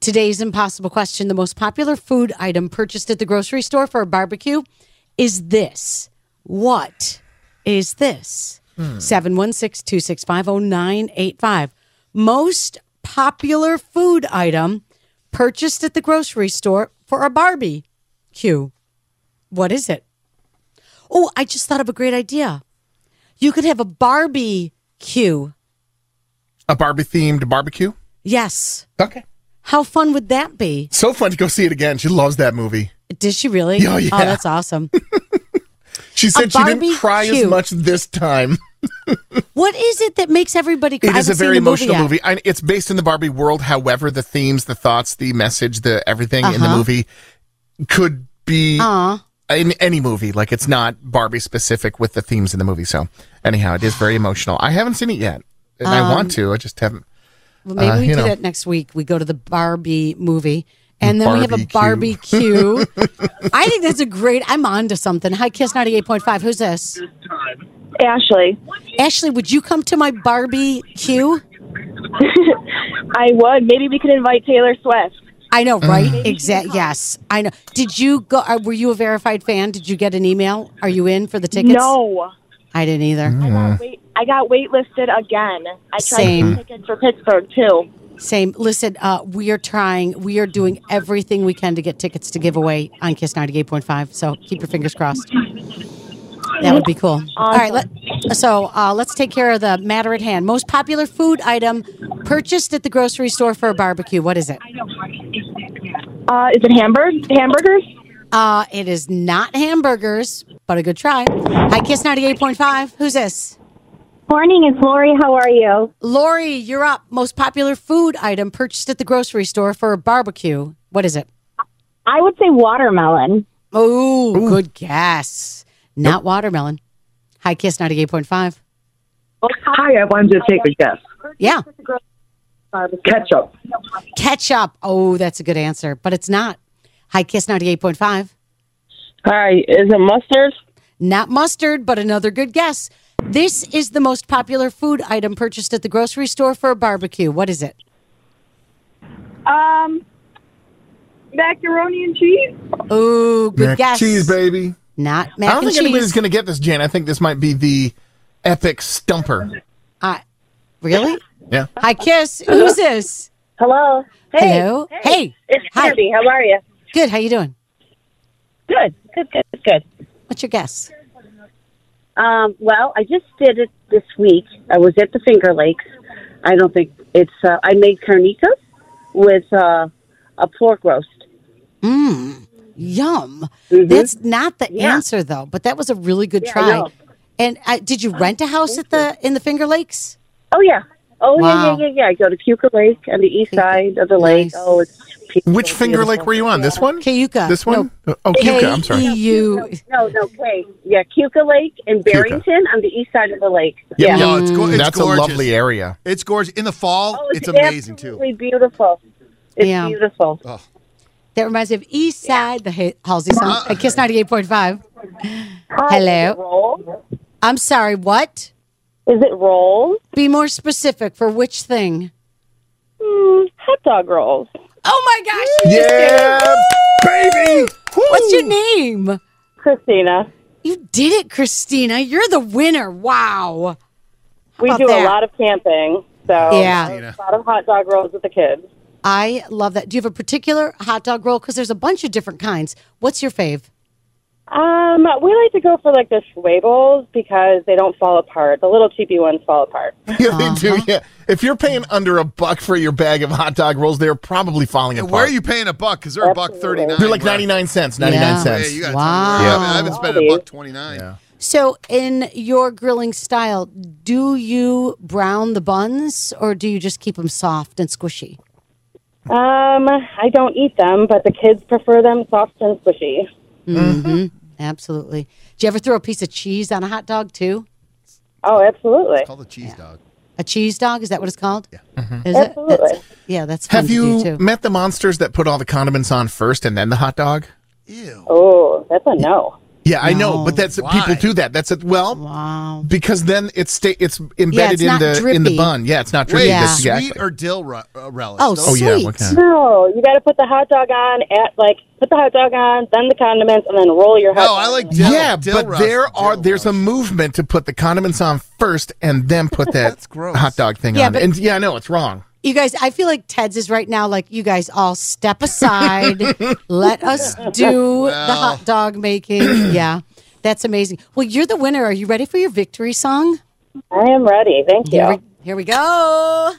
Today's impossible question the most popular food item purchased at the grocery store for a barbecue is this. What is this? 716 265 0985. Most popular food item purchased at the grocery store for a Barbie. Q. What is it? Oh, I just thought of a great idea. You could have a Barbie queue. A Barbie themed barbecue. Yes. Okay. How fun would that be? So fun to go see it again. She loves that movie. Did she really? Oh, yeah. that's awesome. She said she didn't Barbie cry as queue. much this time. what is it that makes everybody cry? It I is a haven't seen very the emotional yet. movie. I, it's based in the Barbie world. However, the themes, the thoughts, the message, the everything in the Uh-huh. movie could be in any movie. Like it's not Barbie specific with the themes in the movie. So anyhow, it is very emotional. I haven't seen it yet, and I Um, want to. I just haven't. Well, maybe Uh, we you do know. that next week. We go to the Barbie movie. And then we have a barbecue. I think that's a great. I'm on to something. Hi, Kiss 98.5. Who's this? Ashley, Ashley, would you come to my barbecue? I would. Maybe we could invite Taylor Swift. I know, right? Mm. Exact. Yes, I know. Did you go? Uh, were you a verified fan? Did you get an email? Are you in for the tickets? No. I didn't either. Mm. Wait, I got waitlisted again. I Uh. tried Same. to get tickets for Pittsburgh, too. Same. Listen, uh, we are trying. We are doing everything we can to get tickets to give away on Kiss ninety eight point five. So keep your fingers crossed. That would be cool. All right. Let, so uh, let's take care of the matter at hand. Most popular food item purchased at the grocery store for a barbecue. What is it? Uh, is it hamburg- hamburgers? Uh, it is not hamburgers, but a good try. Hi, Kiss ninety eight point five. Who's this? Morning, it's Lori. How are you? Lori, you're up. Most popular food item purchased at the grocery store for a barbecue. What is it? I would say watermelon. Oh, good guess. Not watermelon. Hi, Kiss 98.5. Hi, I wanted to take a guess. Yeah. Ketchup. Ketchup. Oh, that's a good answer, but it's not. Hi, Kiss 98.5. Hi, is it mustard? Not mustard, but another good guess. This is the most popular food item purchased at the grocery store for a barbecue. What is it? Um, macaroni and cheese? Oh, good Mac guess. cheese, baby. Not I mac and don't think anybody's cheese. going to get this, Jan. I think this might be the epic stumper. Uh, really? Yeah. Hi, Kiss. Who's this? Hello. Hey. Hello. Hey. It's Hi. Kirby. How are you? Good. How you doing? Good. Good, good, good. What's your guess? Um, well, I just did it this week. I was at the Finger Lakes. I don't think it's. Uh, I made carnitas with uh, a pork roast. Yum. That's not the answer though, but that was a really good Mm-hmm. I try. know. And uh, did you rent a house at the in the Finger Lakes? Oh yeah. Oh Wow. yeah, yeah, yeah, yeah. I go to Puka Lake on the east side of the lake. Nice. Oh, it's beautiful, Which Finger Lake beautiful. were you on? This one? Cayuga. This one? Oh, Cuca. I'm E. sorry. K-E-U. No, no, wait. Yeah, Puka Lake in Barrington on the east side of the lake. Yeah. No, it's, go- it's Mm. That's a gorgeous. lovely area. It's gorgeous. In the fall, Oh, it's, amazing too. absolutely beautiful. It's Yeah. beautiful. That reminds me of East Side, the Ha- Halsey song. Uh, Kiss 98.5. Uh-uh. Hi, is Hello? it roll? I'm sorry, what? Is it roll? Be more specific for which thing? Mm, hot dog rolls. Oh my gosh. you just did it. Yeah, baby. What's your name? Christina. You did it, Christina. You're the winner. Wow. We about do that? a lot of camping, Oh, so Yeah. a lot of hot dog rolls with the kids. I love that. Do you have a particular hot dog roll? Because there's a bunch of different kinds. What's your fave? Um, we like to go for like the schwabels because they don't fall apart. The little cheapy ones fall apart. Yeah, they do. Uh-huh. Yeah. If you're paying under a buck for your bag of hot dog rolls, they're probably falling Oh. And apart. where are you paying a buck? Because they're a buck Absolutely. thirty nine. They're like 99 cents, 99 Yeah. Yeah, cents. you got Wow. I, mean, I haven't spent a buck twenty nine. So, in your grilling style, do you brown the buns or do you just keep them soft and squishy? Um, I don't eat them, but the kids prefer them soft and squishy. Absolutely. Do you ever throw a piece of cheese on a hot dog too? Oh, absolutely. Call the cheese dog. A cheese dog is that what it's called? Yeah. Is Absolutely. It? That's, yeah, that's fun Have to do, you too. met the monsters that put all the condiments on first and then the hot dog? Ew. Oh, that's a no. Yeah, I know, No. but that's Why? people do that. That's it. Well, Wow. because then it's sta- it's embedded not in the in the drippy. bun. Yeah, it's not drippy. Wait, Yeah. That's- sweet Yeah. or dill ru- uh, relish? Oh, Those- Oh yeah, Sweet. what kind? No, you got to put the hot dog on at like put the hot dog on, then the condiments, and then roll your hot. No, dog Oh, I like in. dill. yeah, dill but rush, there dill are there's a rush. movement to put the condiments on first and then put that That's gross. hot dog thing Yeah, on. but- and yeah, I know it's wrong. You guys, I feel like Ted's is right now like you guys all step aside. Let us do the hot dog making. yeah. That's amazing. Well, you're the winner. Are you ready for your victory song? I am ready. Thank you. Here we, here we go.